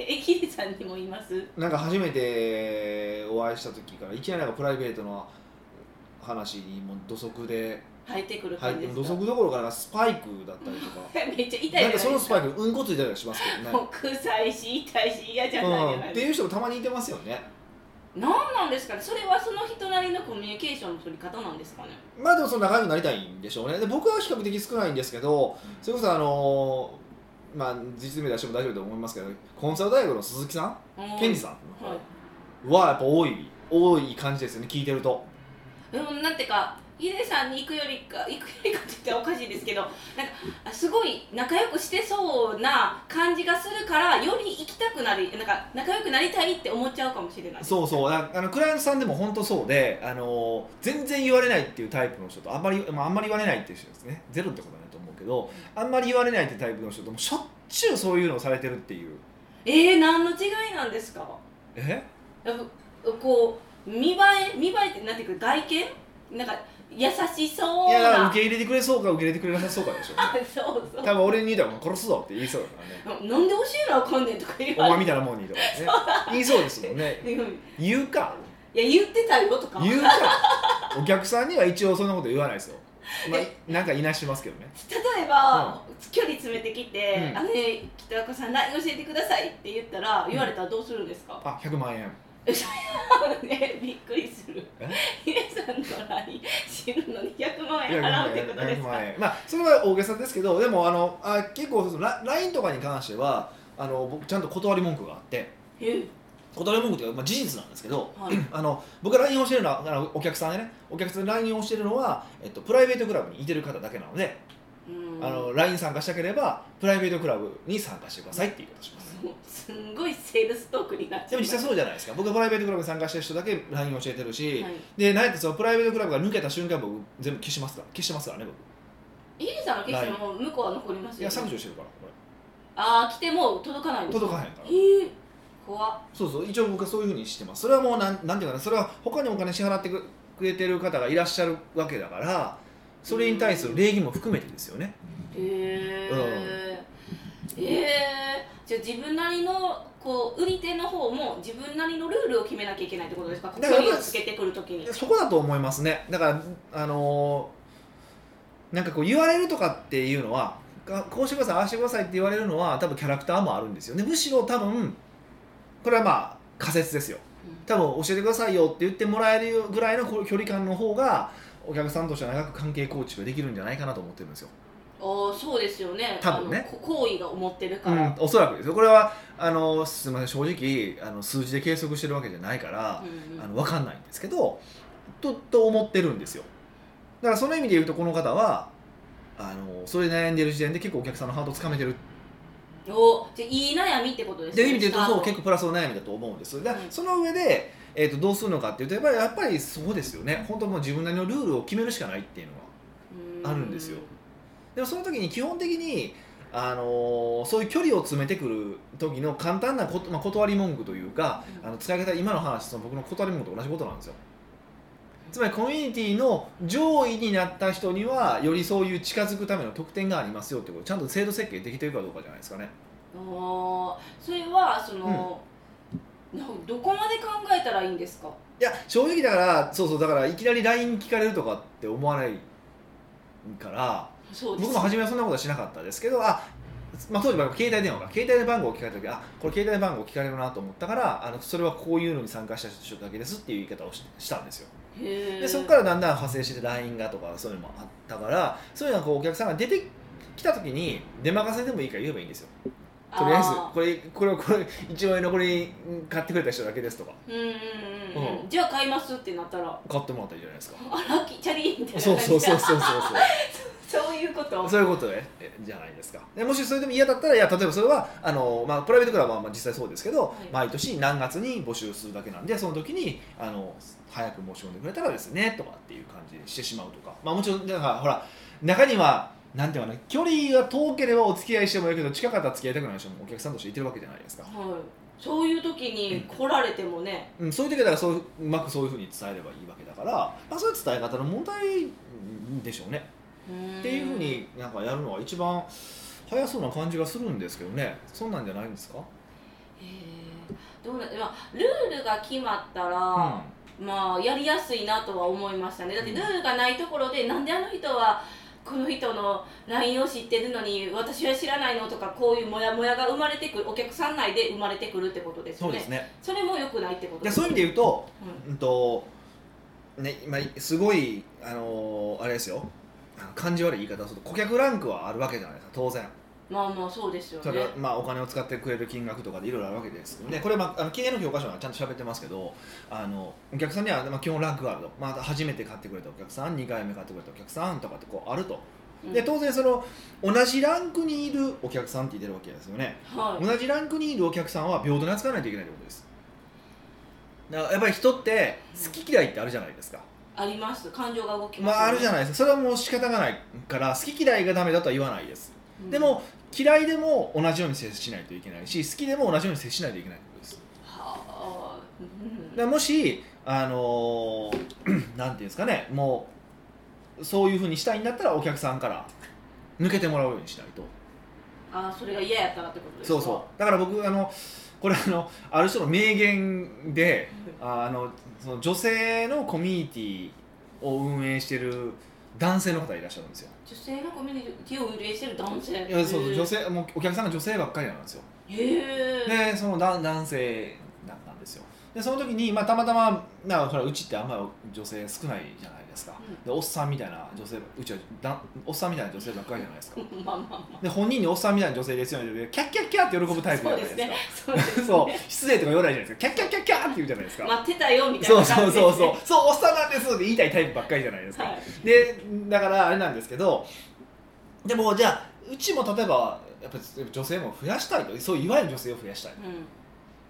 [SPEAKER 2] えヒデさんにもいます
[SPEAKER 1] なんか初めてお会いした時からいきなりなんかプライベートの話にもう土足で
[SPEAKER 2] 入ってくる
[SPEAKER 1] 入
[SPEAKER 2] 感
[SPEAKER 1] っ
[SPEAKER 2] じ
[SPEAKER 1] て
[SPEAKER 2] ですか
[SPEAKER 1] 土足どころかなんかスパイクだったりとか
[SPEAKER 2] めっ ちゃ痛いじゃな
[SPEAKER 1] ないん
[SPEAKER 2] で
[SPEAKER 1] か
[SPEAKER 2] す
[SPEAKER 1] そ
[SPEAKER 2] か
[SPEAKER 1] のスパイクうんこついたりしますけ どね、
[SPEAKER 2] 臭いし痛いし嫌じゃないじゃ
[SPEAKER 1] う、
[SPEAKER 2] なんい
[SPEAKER 1] って
[SPEAKER 2] です
[SPEAKER 1] いう人もたまにいてますよね
[SPEAKER 2] か何なんですかねそれはその人なりのコミュニケーションの取り方なんですかね
[SPEAKER 1] まあでもその仲良くなりたいんでしょうねで僕は比較的少ないんですけどそれこそあのーまあ実名出しても大丈夫だと思いますけどコンサル大学の鈴木さん健二
[SPEAKER 2] さ
[SPEAKER 1] さ
[SPEAKER 2] ん、はい、
[SPEAKER 1] んはやっぱ多い多い感じですよね聞いてると
[SPEAKER 2] でもなんていうかヒデさんに行くよりか行くよりかって言ったらおかしいですけどなんかあすごい仲良くしてそうな感じがするからより行きたくなりなんか仲良くなりたいって思っちゃうかもしれない
[SPEAKER 1] そうそうだあのクライアントさんでも本当そうで、あのー全然言われないっていうタイプの人とあんまり、まあ、あんまり言われないっていう人ですねゼロってことはないと思うけどあんまり言われないっていうタイプの人ともしょっちゅうそういうのをされてるっていう
[SPEAKER 2] えー、何の違いなんですか
[SPEAKER 1] え
[SPEAKER 2] やっぱこう見栄え見栄えってなんていうか外見なんか優しそう
[SPEAKER 1] い
[SPEAKER 2] な
[SPEAKER 1] やだから受け入れてくれそうか受け入れてくれなさそうかでしょうね
[SPEAKER 2] あ そうそう
[SPEAKER 1] 多分俺に言うたら殺すぞって言いそうだからね
[SPEAKER 2] なんで教えなあかんねんとか言
[SPEAKER 1] お
[SPEAKER 2] わ
[SPEAKER 1] 前
[SPEAKER 2] れ
[SPEAKER 1] みたいなもんにとかね言いそうですもんね
[SPEAKER 2] て、うん
[SPEAKER 1] 言うか
[SPEAKER 2] いや言ってたよとか
[SPEAKER 1] 言うかお客さんには一応そんなこと言わないですよ、まあ、なんかいなしますけどね
[SPEAKER 2] 例えば、距離詰めてきて「
[SPEAKER 1] うん
[SPEAKER 2] あね北岡さん LINE 教えてください」って言ったら
[SPEAKER 1] ん
[SPEAKER 2] 言われたらどうするんですか、
[SPEAKER 1] あ100万円
[SPEAKER 2] ねびっくりする
[SPEAKER 1] え
[SPEAKER 2] 皆さんの LINE 知るのに100万
[SPEAKER 1] 100
[SPEAKER 2] 円払う
[SPEAKER 1] 万
[SPEAKER 2] って
[SPEAKER 1] 円
[SPEAKER 2] ことです
[SPEAKER 1] 100
[SPEAKER 2] か
[SPEAKER 1] 万円まあそれは大げさですけどでもあのあ結構そのラ LINE とかに関してはあの僕ちゃんと断り文句があって
[SPEAKER 2] え
[SPEAKER 1] 断り文句っていうか、まあ、事実なんですけど
[SPEAKER 2] はい、
[SPEAKER 1] あの僕が LINE をしてるのはあのお客さんでねお客さんで LINE をしてるのは、えっと、プライベートクラブにいてる方だけなので
[SPEAKER 2] うん
[SPEAKER 1] あの LINE 参加したければプライベートクラブに参加してくださいっていうことします
[SPEAKER 2] そうすんごいセールストークになっち
[SPEAKER 1] で
[SPEAKER 2] ゃい
[SPEAKER 1] も実
[SPEAKER 2] ます
[SPEAKER 1] 際そうじゃないですか僕はプライベートクラブに参加してる人だけ LINE 教えてるし、
[SPEAKER 2] はい
[SPEAKER 1] でなんやったらそのプライベートクラブが抜けた瞬間僕全部消しますから消してますからね僕
[SPEAKER 2] ヒデさんの決しても向こうは残ります
[SPEAKER 1] いや
[SPEAKER 2] よ、ね、
[SPEAKER 1] 削除してるからこ
[SPEAKER 2] ああ来ても届かな
[SPEAKER 1] れ
[SPEAKER 2] いです
[SPEAKER 1] 届かへんから
[SPEAKER 2] えー、怖っ
[SPEAKER 1] そうそう一応僕はそういうふうにしてますそれはもうなんなんていうかなそれは他にお金支払ってくくれてる方がいらっしゃるわけだからそれに対する礼儀も含めてですよね
[SPEAKER 2] へええー、じゃあ自分なりのこう売り手の方も自分なりのルールを決めなきゃいけないってことですか距
[SPEAKER 1] だから
[SPEAKER 2] 離をつけてくるときに
[SPEAKER 1] そこだと思いますねだからあのーなんかこう言われるとかっていうのはがこうしてくださいああしてくださいって言われるのは多分キャラクターもあるんですよねむしろ多分これはまあ仮説ですよ多分教えてくださいよって言ってもらえるぐらいのこう距離感の方がお客さんとしては長く関係構築ができるんじゃないかなと思ってるんですよ、
[SPEAKER 2] ああそうですよね
[SPEAKER 1] 多分ね
[SPEAKER 2] あのこ行為が思ってる
[SPEAKER 1] う
[SPEAKER 2] から、
[SPEAKER 1] ん、おそらくですよこれはあのーすみません正直あの数字で計測してるわけじゃないから、
[SPEAKER 2] うんうん
[SPEAKER 1] あの分かんないんですけどとと思ってるんですよだからその意味で言うとこの方はあのそれで悩んでる時点で結構お客さんのハートをつかめてる
[SPEAKER 2] おじゃあいい悩みってことで
[SPEAKER 1] っ
[SPEAKER 2] す
[SPEAKER 1] ていう意味で言うとそう
[SPEAKER 2] 結
[SPEAKER 1] 結構プラスの悩みだと思うんですだから
[SPEAKER 2] うん
[SPEAKER 1] その上で、えー、とどうするのかっていうとやっぱりやっぱりそうですよね本当もう自分なりのルールを決めるしかないっていうのはあるんですよでもその時に基本的に、あのーそういう距離を詰めてくる時の簡単なこと、まあ、断り文句というか、
[SPEAKER 2] うん
[SPEAKER 1] あの使い方今の話その僕の断り文句と同じことなんですよつまりコミュニティの上位になった人にはよりそういう近づくための特典がありますよってことちゃんと制度設計できてるかどうかじゃないですかね
[SPEAKER 2] おそれはその、などこまで考えたらいいんですか
[SPEAKER 1] いや正直だからそうそうだからいきなり LINE 聞かれるとかって思わないから
[SPEAKER 2] そうです
[SPEAKER 1] 僕も初めはそんなことはしなかったですけどあ、まあ、当時は携帯電話が携帯で番号を聞かれた時あこれ携帯番号聞かれるなと思ったからあのそれはこういうのに参加した人だけですっていう言い方をししたんですよ
[SPEAKER 2] へー
[SPEAKER 1] でそこからだんだん派生して LINE がとかそういうのもあったからそういうのはこうお客さんが出てきた時に出任せでもいいから言えばいいんですよとりあえず
[SPEAKER 2] ー
[SPEAKER 1] これこれをこれ一応残り買ってくれた人だけですとか
[SPEAKER 2] うんうんうん、う、
[SPEAKER 1] うん
[SPEAKER 2] じゃあ買いますってなったら
[SPEAKER 1] 買ってもらったらいいじゃない ですか
[SPEAKER 2] あラッキーチャリーみたいな
[SPEAKER 1] そうそうそう
[SPEAKER 2] う
[SPEAKER 1] そうそうそう
[SPEAKER 2] そういうこと
[SPEAKER 1] そういうことねえじゃないですかでもしそれでも嫌だったらいや例えばそれはあの、まあ、プライベートクラブはまあ実際そうですけど、
[SPEAKER 2] い
[SPEAKER 1] 毎年何月に募集するだけなんでその時にあの早く申し込んでくれたらですねとかっていう感じにしてしまうとか、まあ、もちろんだからほら中にはなんていうのかな距離が遠ければお付き合いしてもいいけど近かったら付き合いたくない人もお客さんとしていてるわけじゃないですか
[SPEAKER 2] はそういう時に来られてもね
[SPEAKER 1] うん、そういう時はだからそういううまくそういうふうに伝えればいいわけだから、まあ、そういう伝え方の問題でしょうね、っていうふうになんかやるのは一番早そうな感じがするんですけどねそんなんじゃないんですか、
[SPEAKER 2] へーどうなまあ、ルールが決まったら、まあやりやすいなとは思いましたねだってルールがないところでなんであの人はこの人の LINE を知ってるのに私は知らないのとかこういうモヤモヤが生まれてくるお客さん内で生まれてくるってことです
[SPEAKER 1] そ
[SPEAKER 2] よ
[SPEAKER 1] う
[SPEAKER 2] ね
[SPEAKER 1] ですね
[SPEAKER 2] それも良くないってこと
[SPEAKER 1] でそういう意味で言うと,、うんとねまあ、すごい、あのーあれですよあの感じ悪い言い方をすると顧客ランクはあるわけじゃないですか当然
[SPEAKER 2] うんまあまあそうですよ
[SPEAKER 1] そ
[SPEAKER 2] ね
[SPEAKER 1] れはまあ、お金を使ってくれる金額とかでいろいろあるわけですけどねこれ、まあ、あの経営の教科書にはちゃんと喋ってますけどあのお客さんには、まあ、基本ランクがあると、まあ、初めて買ってくれたお客さん2回目買ってくれたお客さんとかってこうあると
[SPEAKER 2] うん
[SPEAKER 1] で当然その同じランクにいるお客さんって言ってるわけですよね
[SPEAKER 2] はい
[SPEAKER 1] 同じランクにいるお客さんは平等に扱わないといけないということですだからやっぱり人って好き嫌いってあるじゃないですか、
[SPEAKER 2] あります感情が動き
[SPEAKER 1] ま
[SPEAKER 2] ます
[SPEAKER 1] あ、あるじゃ
[SPEAKER 2] ない、
[SPEAKER 1] ないですかそれはもう仕方がないから好き嫌いがダメだとは言わないです
[SPEAKER 2] うん
[SPEAKER 1] でも嫌いでも同じように接しないといけないし好きでも同じように接しないといけないってことです
[SPEAKER 2] はあ、うん
[SPEAKER 1] だからもしあのー なんていうんですかねもうそういうふうにしたいんだったらお客さんから抜けてもらうようにしないと
[SPEAKER 2] あそれが嫌やったらってことです
[SPEAKER 1] そ
[SPEAKER 2] か
[SPEAKER 1] うそうだから僕あのこれあのある人の名言でああのその女性のコミュニティを運営してる男性の方いらっしゃるんですよ
[SPEAKER 2] 女性のコミュニティを運営してる男性
[SPEAKER 1] いやそうそう女
[SPEAKER 2] へ
[SPEAKER 1] 性もうお客さんが女性ばっかりなんですよ
[SPEAKER 2] え
[SPEAKER 1] でその男男性だったんですよでその時に、まあ、たまたまなほらうちってあんまり女性少ないじゃないですか、
[SPEAKER 2] うん
[SPEAKER 1] でおっさんみたいな女性うちはだおっさんみたいな女性ばっかりじゃないですか
[SPEAKER 2] まあまあまあ
[SPEAKER 1] で本人におっさんみたいな女性ですよねキャッキャッキャッって喜ぶタイプじゃ
[SPEAKER 2] そ
[SPEAKER 1] な
[SPEAKER 2] う
[SPEAKER 1] い
[SPEAKER 2] で
[SPEAKER 1] ですす
[SPEAKER 2] ね
[SPEAKER 1] か
[SPEAKER 2] そうです ね
[SPEAKER 1] そう失礼とか言わないじゃないですかキャッキャッキャッキャーって言うじゃないですか、
[SPEAKER 2] 待ってたよみたい
[SPEAKER 1] そう
[SPEAKER 2] な
[SPEAKER 1] そ
[SPEAKER 2] 感
[SPEAKER 1] う
[SPEAKER 2] じで
[SPEAKER 1] そうそうそうおっさんなんですって言いたいタイプばっかりじゃないですか、
[SPEAKER 2] はい
[SPEAKER 1] でだからあれなんですけどでもじゃあうちも例えばやっぱ女性も増やしたいとそういわゆる女性を増やしたい
[SPEAKER 2] うん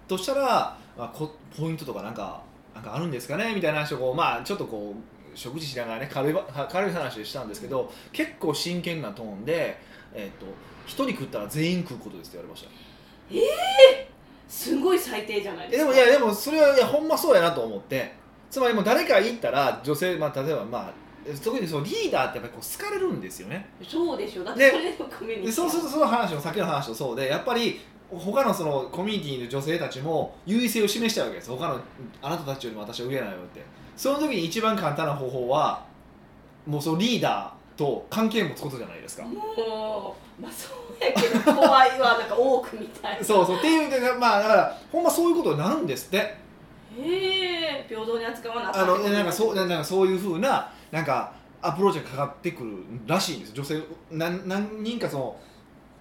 [SPEAKER 1] としたら、まあ、こポイントとかなんかなんかあるんですかねみたいな話をこう、まあ、ちょっとこう食事しながらね軽いば軽い話でしたんですけど、結構真剣なトーンで、えっと一人食ったら全員食うことですって言われました
[SPEAKER 2] すごい最低じゃない
[SPEAKER 1] え
[SPEAKER 2] で
[SPEAKER 1] ですも
[SPEAKER 2] か
[SPEAKER 1] いやでもそれはいやほんまそうやなと思ってつまりもう誰か行ったら女性、まあ、例えばまあ特にそのリーダーってやっぱりこう好かれるんですよね
[SPEAKER 2] そうでしょだっ
[SPEAKER 1] で
[SPEAKER 2] てそれでもコミュニテ
[SPEAKER 1] で
[SPEAKER 2] ィ
[SPEAKER 1] そうするとその話も先の話とそうでやっぱり他のそのコミュニティの女性たちも優位性を示しちゃうわけです他のあなたたちよりも私は上なのよってその時に一番簡単な方法はもうそのリーダーと関係を持つことじゃないですか、
[SPEAKER 2] もうまあそうやけど怖いわなんか多くみたいな
[SPEAKER 1] そうそうっていうでまあだからほんまそういうことになるんですって
[SPEAKER 2] へえ平等に扱わな
[SPEAKER 1] あのなんかそうなんかそういうふうななんかアプローチがかかってくるらしいんです女性何何人かその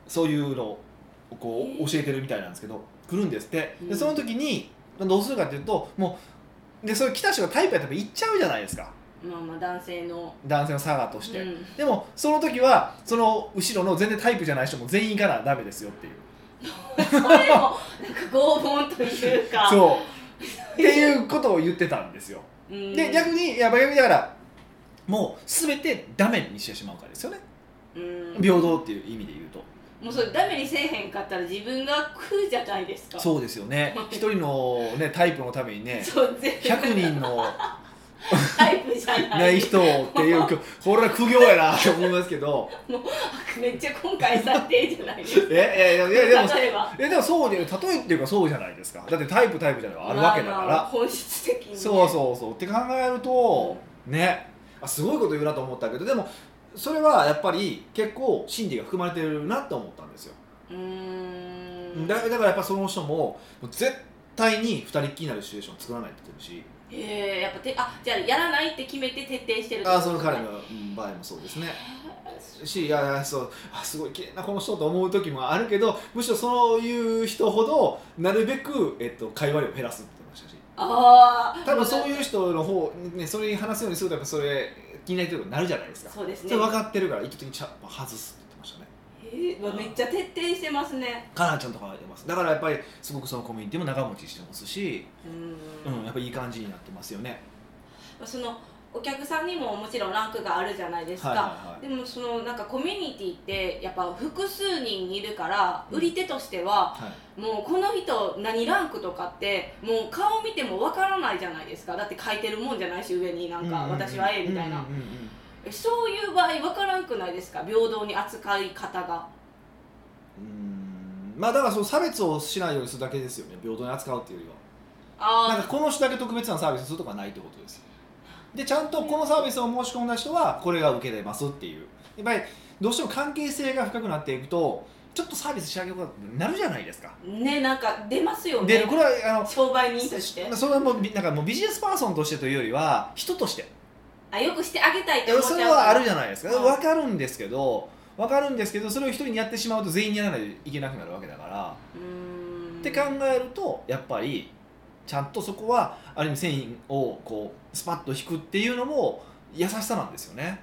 [SPEAKER 1] そういうのをこ
[SPEAKER 2] へ
[SPEAKER 1] う
[SPEAKER 2] え
[SPEAKER 1] 教えてるみたいなんですけど来るんですって
[SPEAKER 2] う
[SPEAKER 1] で
[SPEAKER 2] ん
[SPEAKER 1] その時にどうするかっていうともうでそれ来た人がタイプやったら行っちゃうじゃないですか
[SPEAKER 2] まあまあ男性の
[SPEAKER 1] 男性のサガとして、
[SPEAKER 2] うん
[SPEAKER 1] でもその時はその後ろの全然タイプじゃない人も全員行かなダメですよっていう
[SPEAKER 2] それもなんか拷問という か
[SPEAKER 1] そうっていうことを言ってたんですよ
[SPEAKER 2] うん
[SPEAKER 1] で逆にいや逆にだからもう全てダメにしてしまうからですよね
[SPEAKER 2] うん
[SPEAKER 1] 平等っていう意味で言うと
[SPEAKER 2] もうそれダメにせえへんかったら自分が食うじゃないですか
[SPEAKER 1] そうですよ ね一人の、ね、タイプのためにね
[SPEAKER 2] そう全然
[SPEAKER 1] 100人 の
[SPEAKER 2] タイプじゃない
[SPEAKER 1] ない人をっていうここれは苦行やなと思いますけど
[SPEAKER 2] めっちゃ今回最低じゃないですか
[SPEAKER 1] えいやい やいやでも
[SPEAKER 2] 例えば
[SPEAKER 1] えでもそうで例えっていうかそうじゃないですかだってタイプタイプじゃないあるわけだから、
[SPEAKER 2] まあまあ本質的にね
[SPEAKER 1] そうそうそうって考えるとねあすごいこと言うなと思ったけどでもそれはやっぱり結構心理が含まれてるなと思ったんですよ
[SPEAKER 2] うーん
[SPEAKER 1] だだからやっぱその人ももう絶対に二人っきりになるシチュエーション作らないって言ってるし
[SPEAKER 2] えー、やっぱてあじゃあやらないって決めて徹底してるってこと
[SPEAKER 1] あその彼の場合もそうですねしいやそうあすごい綺麗なこの人と思う時もあるけどむしろそういう人ほどなるべく、えっと、会話量を減らすって言ってましたし
[SPEAKER 2] ああ
[SPEAKER 1] 多分そう
[SPEAKER 2] う
[SPEAKER 1] いう人の方、ね、それに話すようにするとやっぱそれ気になりということになるじゃないですか
[SPEAKER 2] そうです
[SPEAKER 1] そ
[SPEAKER 2] ね
[SPEAKER 1] れ分かってるから意図的にちゃ外すって言ってましたね
[SPEAKER 2] えーうわめっちゃ徹底してますね
[SPEAKER 1] かなちゃんと考えてますだからやっぱりすごくそのコミュニティも長持ちしてますし、
[SPEAKER 2] うーん
[SPEAKER 1] うん、やっぱいい感じになってますよね
[SPEAKER 2] そのお客さんにももちろんランクがあるじゃないですか、
[SPEAKER 1] はいはい
[SPEAKER 2] でもそのなんかコミュニティってやっぱ複数人いるから売り手としては
[SPEAKER 1] はい、はい
[SPEAKER 2] もうこの人何ランクとかってもう顔見てもわからないじゃないですかだって書いてるもんじゃないし上になんか私は A みた
[SPEAKER 1] うんう
[SPEAKER 2] いな
[SPEAKER 1] んうんうん
[SPEAKER 2] そういう場合わからんくないですか平等に扱い方が
[SPEAKER 1] うんまあだからその差別をしないようにするだけですよね平等に扱うっていうよりはなん
[SPEAKER 2] あ
[SPEAKER 1] かこの人だけ特別なサービスするとかないってことですでちゃんとこのサービスを申し込んだ人はこれが受けれますっていうやっぱりどうしても関係性が深くなっていくとちょっとサービスし上げようかってなるじゃないですか
[SPEAKER 2] あねなんか出ますよ
[SPEAKER 1] で
[SPEAKER 2] ね
[SPEAKER 1] これはあの
[SPEAKER 2] 商売人として
[SPEAKER 1] それはもうびなんかもうビジネスパーソンとしてというよりは人として
[SPEAKER 2] あよくしてあげたいって思っちゃう
[SPEAKER 1] それはあるじ
[SPEAKER 2] ゃ
[SPEAKER 1] ゃないですか
[SPEAKER 2] はい
[SPEAKER 1] 分かるんですけど分かるんですけどそれを一人にやってしまうと全員にやらないといけなくなるわけだから
[SPEAKER 2] ん
[SPEAKER 1] って考えるとやっぱりちゃんとそこはある意味繊維をこうスパッと引くっていうのも優しさなんですよね。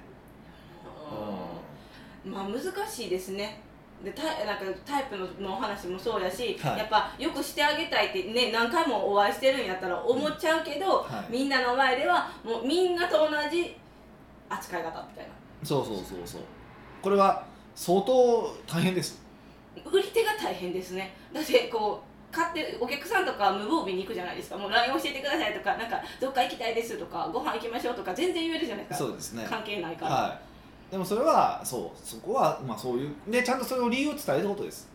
[SPEAKER 1] う
[SPEAKER 2] まあ難しいですねでタイなんかタイプののお話もそうやし、
[SPEAKER 1] はい
[SPEAKER 2] やっぱよくしてあげたいってね何回もお会いしてるんやったら思っちゃうけど、
[SPEAKER 1] はい
[SPEAKER 2] みんなの前ではもうみんなと同じ扱い方みたいなん
[SPEAKER 1] そうそうそうそうこれは相当大変です。
[SPEAKER 2] 売り手が大変ですねだってこう買ってお客さんとか無防備に行くじゃないですかもう LINE 教えてくださいとかなんかどっか行きたいですとかご飯行きましょうとか全然言えるじゃないですか
[SPEAKER 1] そうですね。
[SPEAKER 2] 関係ないから、
[SPEAKER 1] はい。でもそれはそうそこはまあそういうねちゃんとそれを理由を伝えることです。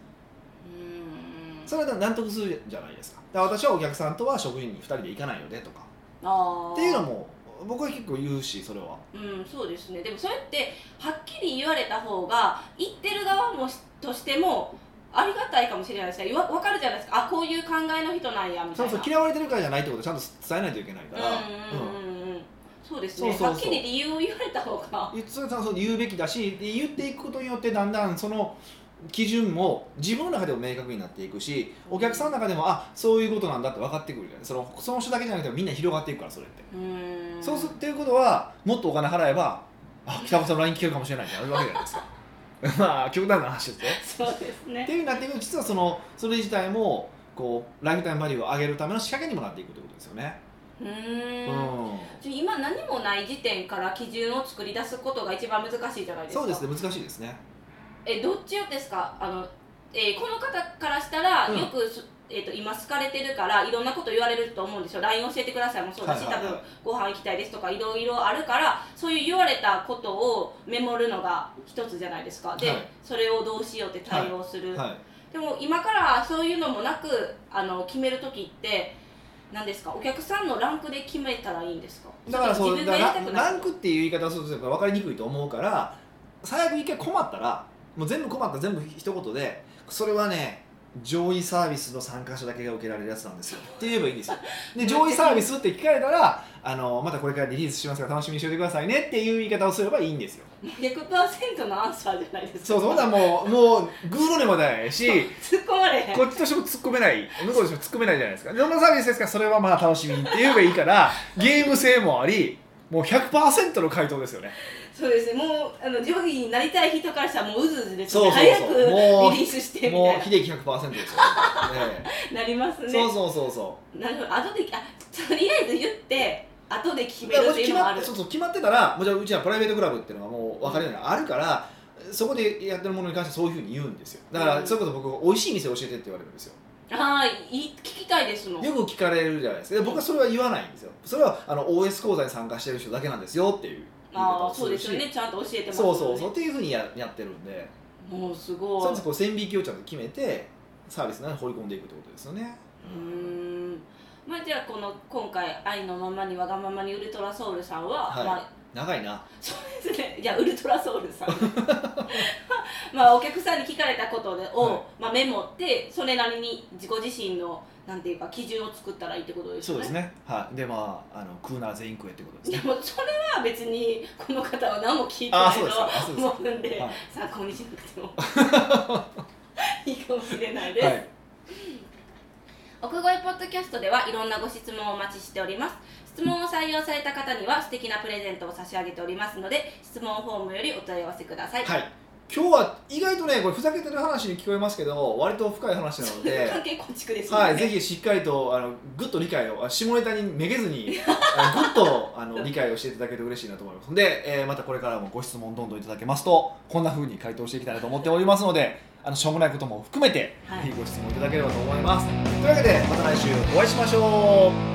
[SPEAKER 2] うーん
[SPEAKER 1] それは納得するじゃないですか。だから私はお客さんとは職員に二人で行かないよねとか
[SPEAKER 2] あー
[SPEAKER 1] っていうのも僕は結構言うしそれは。
[SPEAKER 2] うん、そうですねでもそれってはっきり言われた方が言ってる側もしとしてもありがたいかもしれないですねわ分かるじゃないですかあこういう考えの人なんやみた
[SPEAKER 1] そ
[SPEAKER 2] いう
[SPEAKER 1] そ
[SPEAKER 2] な
[SPEAKER 1] う嫌われてるからじゃないってことをちゃんと伝えないといけないから。
[SPEAKER 2] うんうんうんうんそうですね
[SPEAKER 1] そうそうそう
[SPEAKER 2] はっきり理由を言われた方が
[SPEAKER 1] 言ってそれはそう言うべきだしで言っていくことによってだんだんその基準も自分の中でも明確になっていくしお客さんの中でもあそういうことなんだって分かってくるじゃないそのその人だけじゃなくてもみんな広がっていくからそれって、
[SPEAKER 2] うーん
[SPEAKER 1] そうするっていうことはもっとお金払えばあ北岡さんの LINE 聞けるかもしれないってなるわけじゃないですか まあ極端な話ですよ
[SPEAKER 2] そうです
[SPEAKER 1] って
[SPEAKER 2] ね
[SPEAKER 1] いうふうになっていくと実はそのそれ自体もこうライフタイムバリューを上げるための仕掛けにもなっていくってことですよね
[SPEAKER 2] う
[SPEAKER 1] う
[SPEAKER 2] ーん
[SPEAKER 1] ん
[SPEAKER 2] ちょ今何もない時点から基準を作り出すことが一番難しいじゃないですか
[SPEAKER 1] そうですね難しいですね
[SPEAKER 2] えどっちをですかあの、えーこの方からしたら、
[SPEAKER 1] うん
[SPEAKER 2] よくす、えー、と今好かれてるからいろんなこと言われると思うんですよ LINE 教えてくださいもそうだし、
[SPEAKER 1] はいはいはい
[SPEAKER 2] 多分ご飯行きたいですとかいろいろあるからそういう言われたことをメモるのが一つじゃないですかで、
[SPEAKER 1] はい
[SPEAKER 2] それをどうしようって対応する、
[SPEAKER 1] はい
[SPEAKER 2] でも今からそういうのもなくあの決める時って何ですかお客さんのランクで決めたらいいんですか
[SPEAKER 1] だからそう
[SPEAKER 2] 自分
[SPEAKER 1] だ
[SPEAKER 2] がや
[SPEAKER 1] か
[SPEAKER 2] り
[SPEAKER 1] ら
[SPEAKER 2] たくな
[SPEAKER 1] ラ
[SPEAKER 2] い
[SPEAKER 1] ンクっていう言い方をするとやっぱ分かりにくいと思うから最悪一回困ったらもう全部困ったら全部一言でそれはね上位サービスの参加者だけが受けられるやつなんですよって言えばいいんです よで上位サービスって聞かれたらあのまたこれからリリースしますから楽しみにしておいてくださいねっていう言い方をすればいいんですよ
[SPEAKER 2] 100%のアンサーじゃないですか
[SPEAKER 1] そうそうだもうもうグーの音も出ないし
[SPEAKER 2] 突っ込まれへん
[SPEAKER 1] こっちとしても突っ込めない向こうとしても突っ込めないじゃないですかいろんなサービスですからそれはまあ楽しみにって言えばいいからゲーム性もありもう100%の回答ですよね
[SPEAKER 2] そうですね、もうあの上位になりたい人からしたらもううずうずです
[SPEAKER 1] そうそ
[SPEAKER 2] ね、
[SPEAKER 1] うそう
[SPEAKER 2] 早く
[SPEAKER 1] もう
[SPEAKER 2] リリースしてみ
[SPEAKER 1] も
[SPEAKER 2] たいう
[SPEAKER 1] 秀樹100%です よ、ね
[SPEAKER 2] ななります
[SPEAKER 1] え
[SPEAKER 2] ね。
[SPEAKER 1] そうそうそうそ
[SPEAKER 2] なるほど、後であとりあえず言って後で決
[SPEAKER 1] う
[SPEAKER 2] める
[SPEAKER 1] も
[SPEAKER 2] っ
[SPEAKER 1] して
[SPEAKER 2] い
[SPEAKER 1] 決
[SPEAKER 2] うのも
[SPEAKER 1] ま
[SPEAKER 2] あ
[SPEAKER 1] っ
[SPEAKER 2] る。
[SPEAKER 1] そうそう決まってたらもうじゃあうちはプライベートクラブっていうのがもう分かるようにあるから、そこでやってるものに関してはそういうふうに言うんですよだから、
[SPEAKER 2] うん
[SPEAKER 1] それこそ僕美味しい店教えてって言われるんですよ
[SPEAKER 2] はーい、いい聞きたいですもん。
[SPEAKER 1] よく聞かれるじゃないですかで僕はそれは言わないんですよそれはあの OS 講座に参加してる人だけなんですよっていう言い方
[SPEAKER 2] あ
[SPEAKER 1] を
[SPEAKER 2] あ、そう
[SPEAKER 1] る
[SPEAKER 2] で
[SPEAKER 1] し
[SPEAKER 2] すよね、ちゃんと教えてます、ね。
[SPEAKER 1] そうそうそうっていうふうにややってるんで
[SPEAKER 2] もうす
[SPEAKER 1] そ
[SPEAKER 2] ご
[SPEAKER 1] う
[SPEAKER 2] い
[SPEAKER 1] す。るとこう線引きをちゃんと決めてサービスの中に放り込んでいくってことですよね
[SPEAKER 2] うーん。まあじゃあこの今回愛のままにわがままにウルトラソウルさんは、
[SPEAKER 1] はい
[SPEAKER 2] まあ
[SPEAKER 1] 長いな
[SPEAKER 2] そうですね。いやウルトラソウル さん。まあお客さんに聞かれたことでを、
[SPEAKER 1] はい
[SPEAKER 2] まあメモってそれなりに自己自身のなんていうか基準を作ったらいいってことです
[SPEAKER 1] そう
[SPEAKER 2] よ
[SPEAKER 1] で
[SPEAKER 2] ね。
[SPEAKER 1] すねはいでまああのクーナー全員食えってことですね
[SPEAKER 2] でもそれは別にこの方は何も聞いて
[SPEAKER 1] あ
[SPEAKER 2] な
[SPEAKER 1] あ
[SPEAKER 2] い
[SPEAKER 1] そうですかあそうです
[SPEAKER 2] と
[SPEAKER 1] か
[SPEAKER 2] 思うんで
[SPEAKER 1] はい
[SPEAKER 2] 参考にしなくても いいかもしれないです。
[SPEAKER 1] はい、
[SPEAKER 2] 奥越ポッドキャストではいろんなご質問をお待ちしております質問を採用された方には素敵なプレゼントを差し上げておりますので質問フォームよりお問い合わせください、
[SPEAKER 1] はい、今日は意外とねこれふざけてる話に聞こえますけど割と深い話な ので
[SPEAKER 2] 関係構築です
[SPEAKER 1] はい、ぜひしっかりとあのぐっと理解をあ下ネタにめげず にあのぐっとあの理解をしていただけると嬉しいなと思いますので、えーまたこれからもご質問どんどんいただけますとこんな風に回答していきたいなと思っておりますのであのしょうもないことも含めて、
[SPEAKER 2] はい
[SPEAKER 1] ぜひご質問いただければと思いますというわけでまた来週お会いしましょう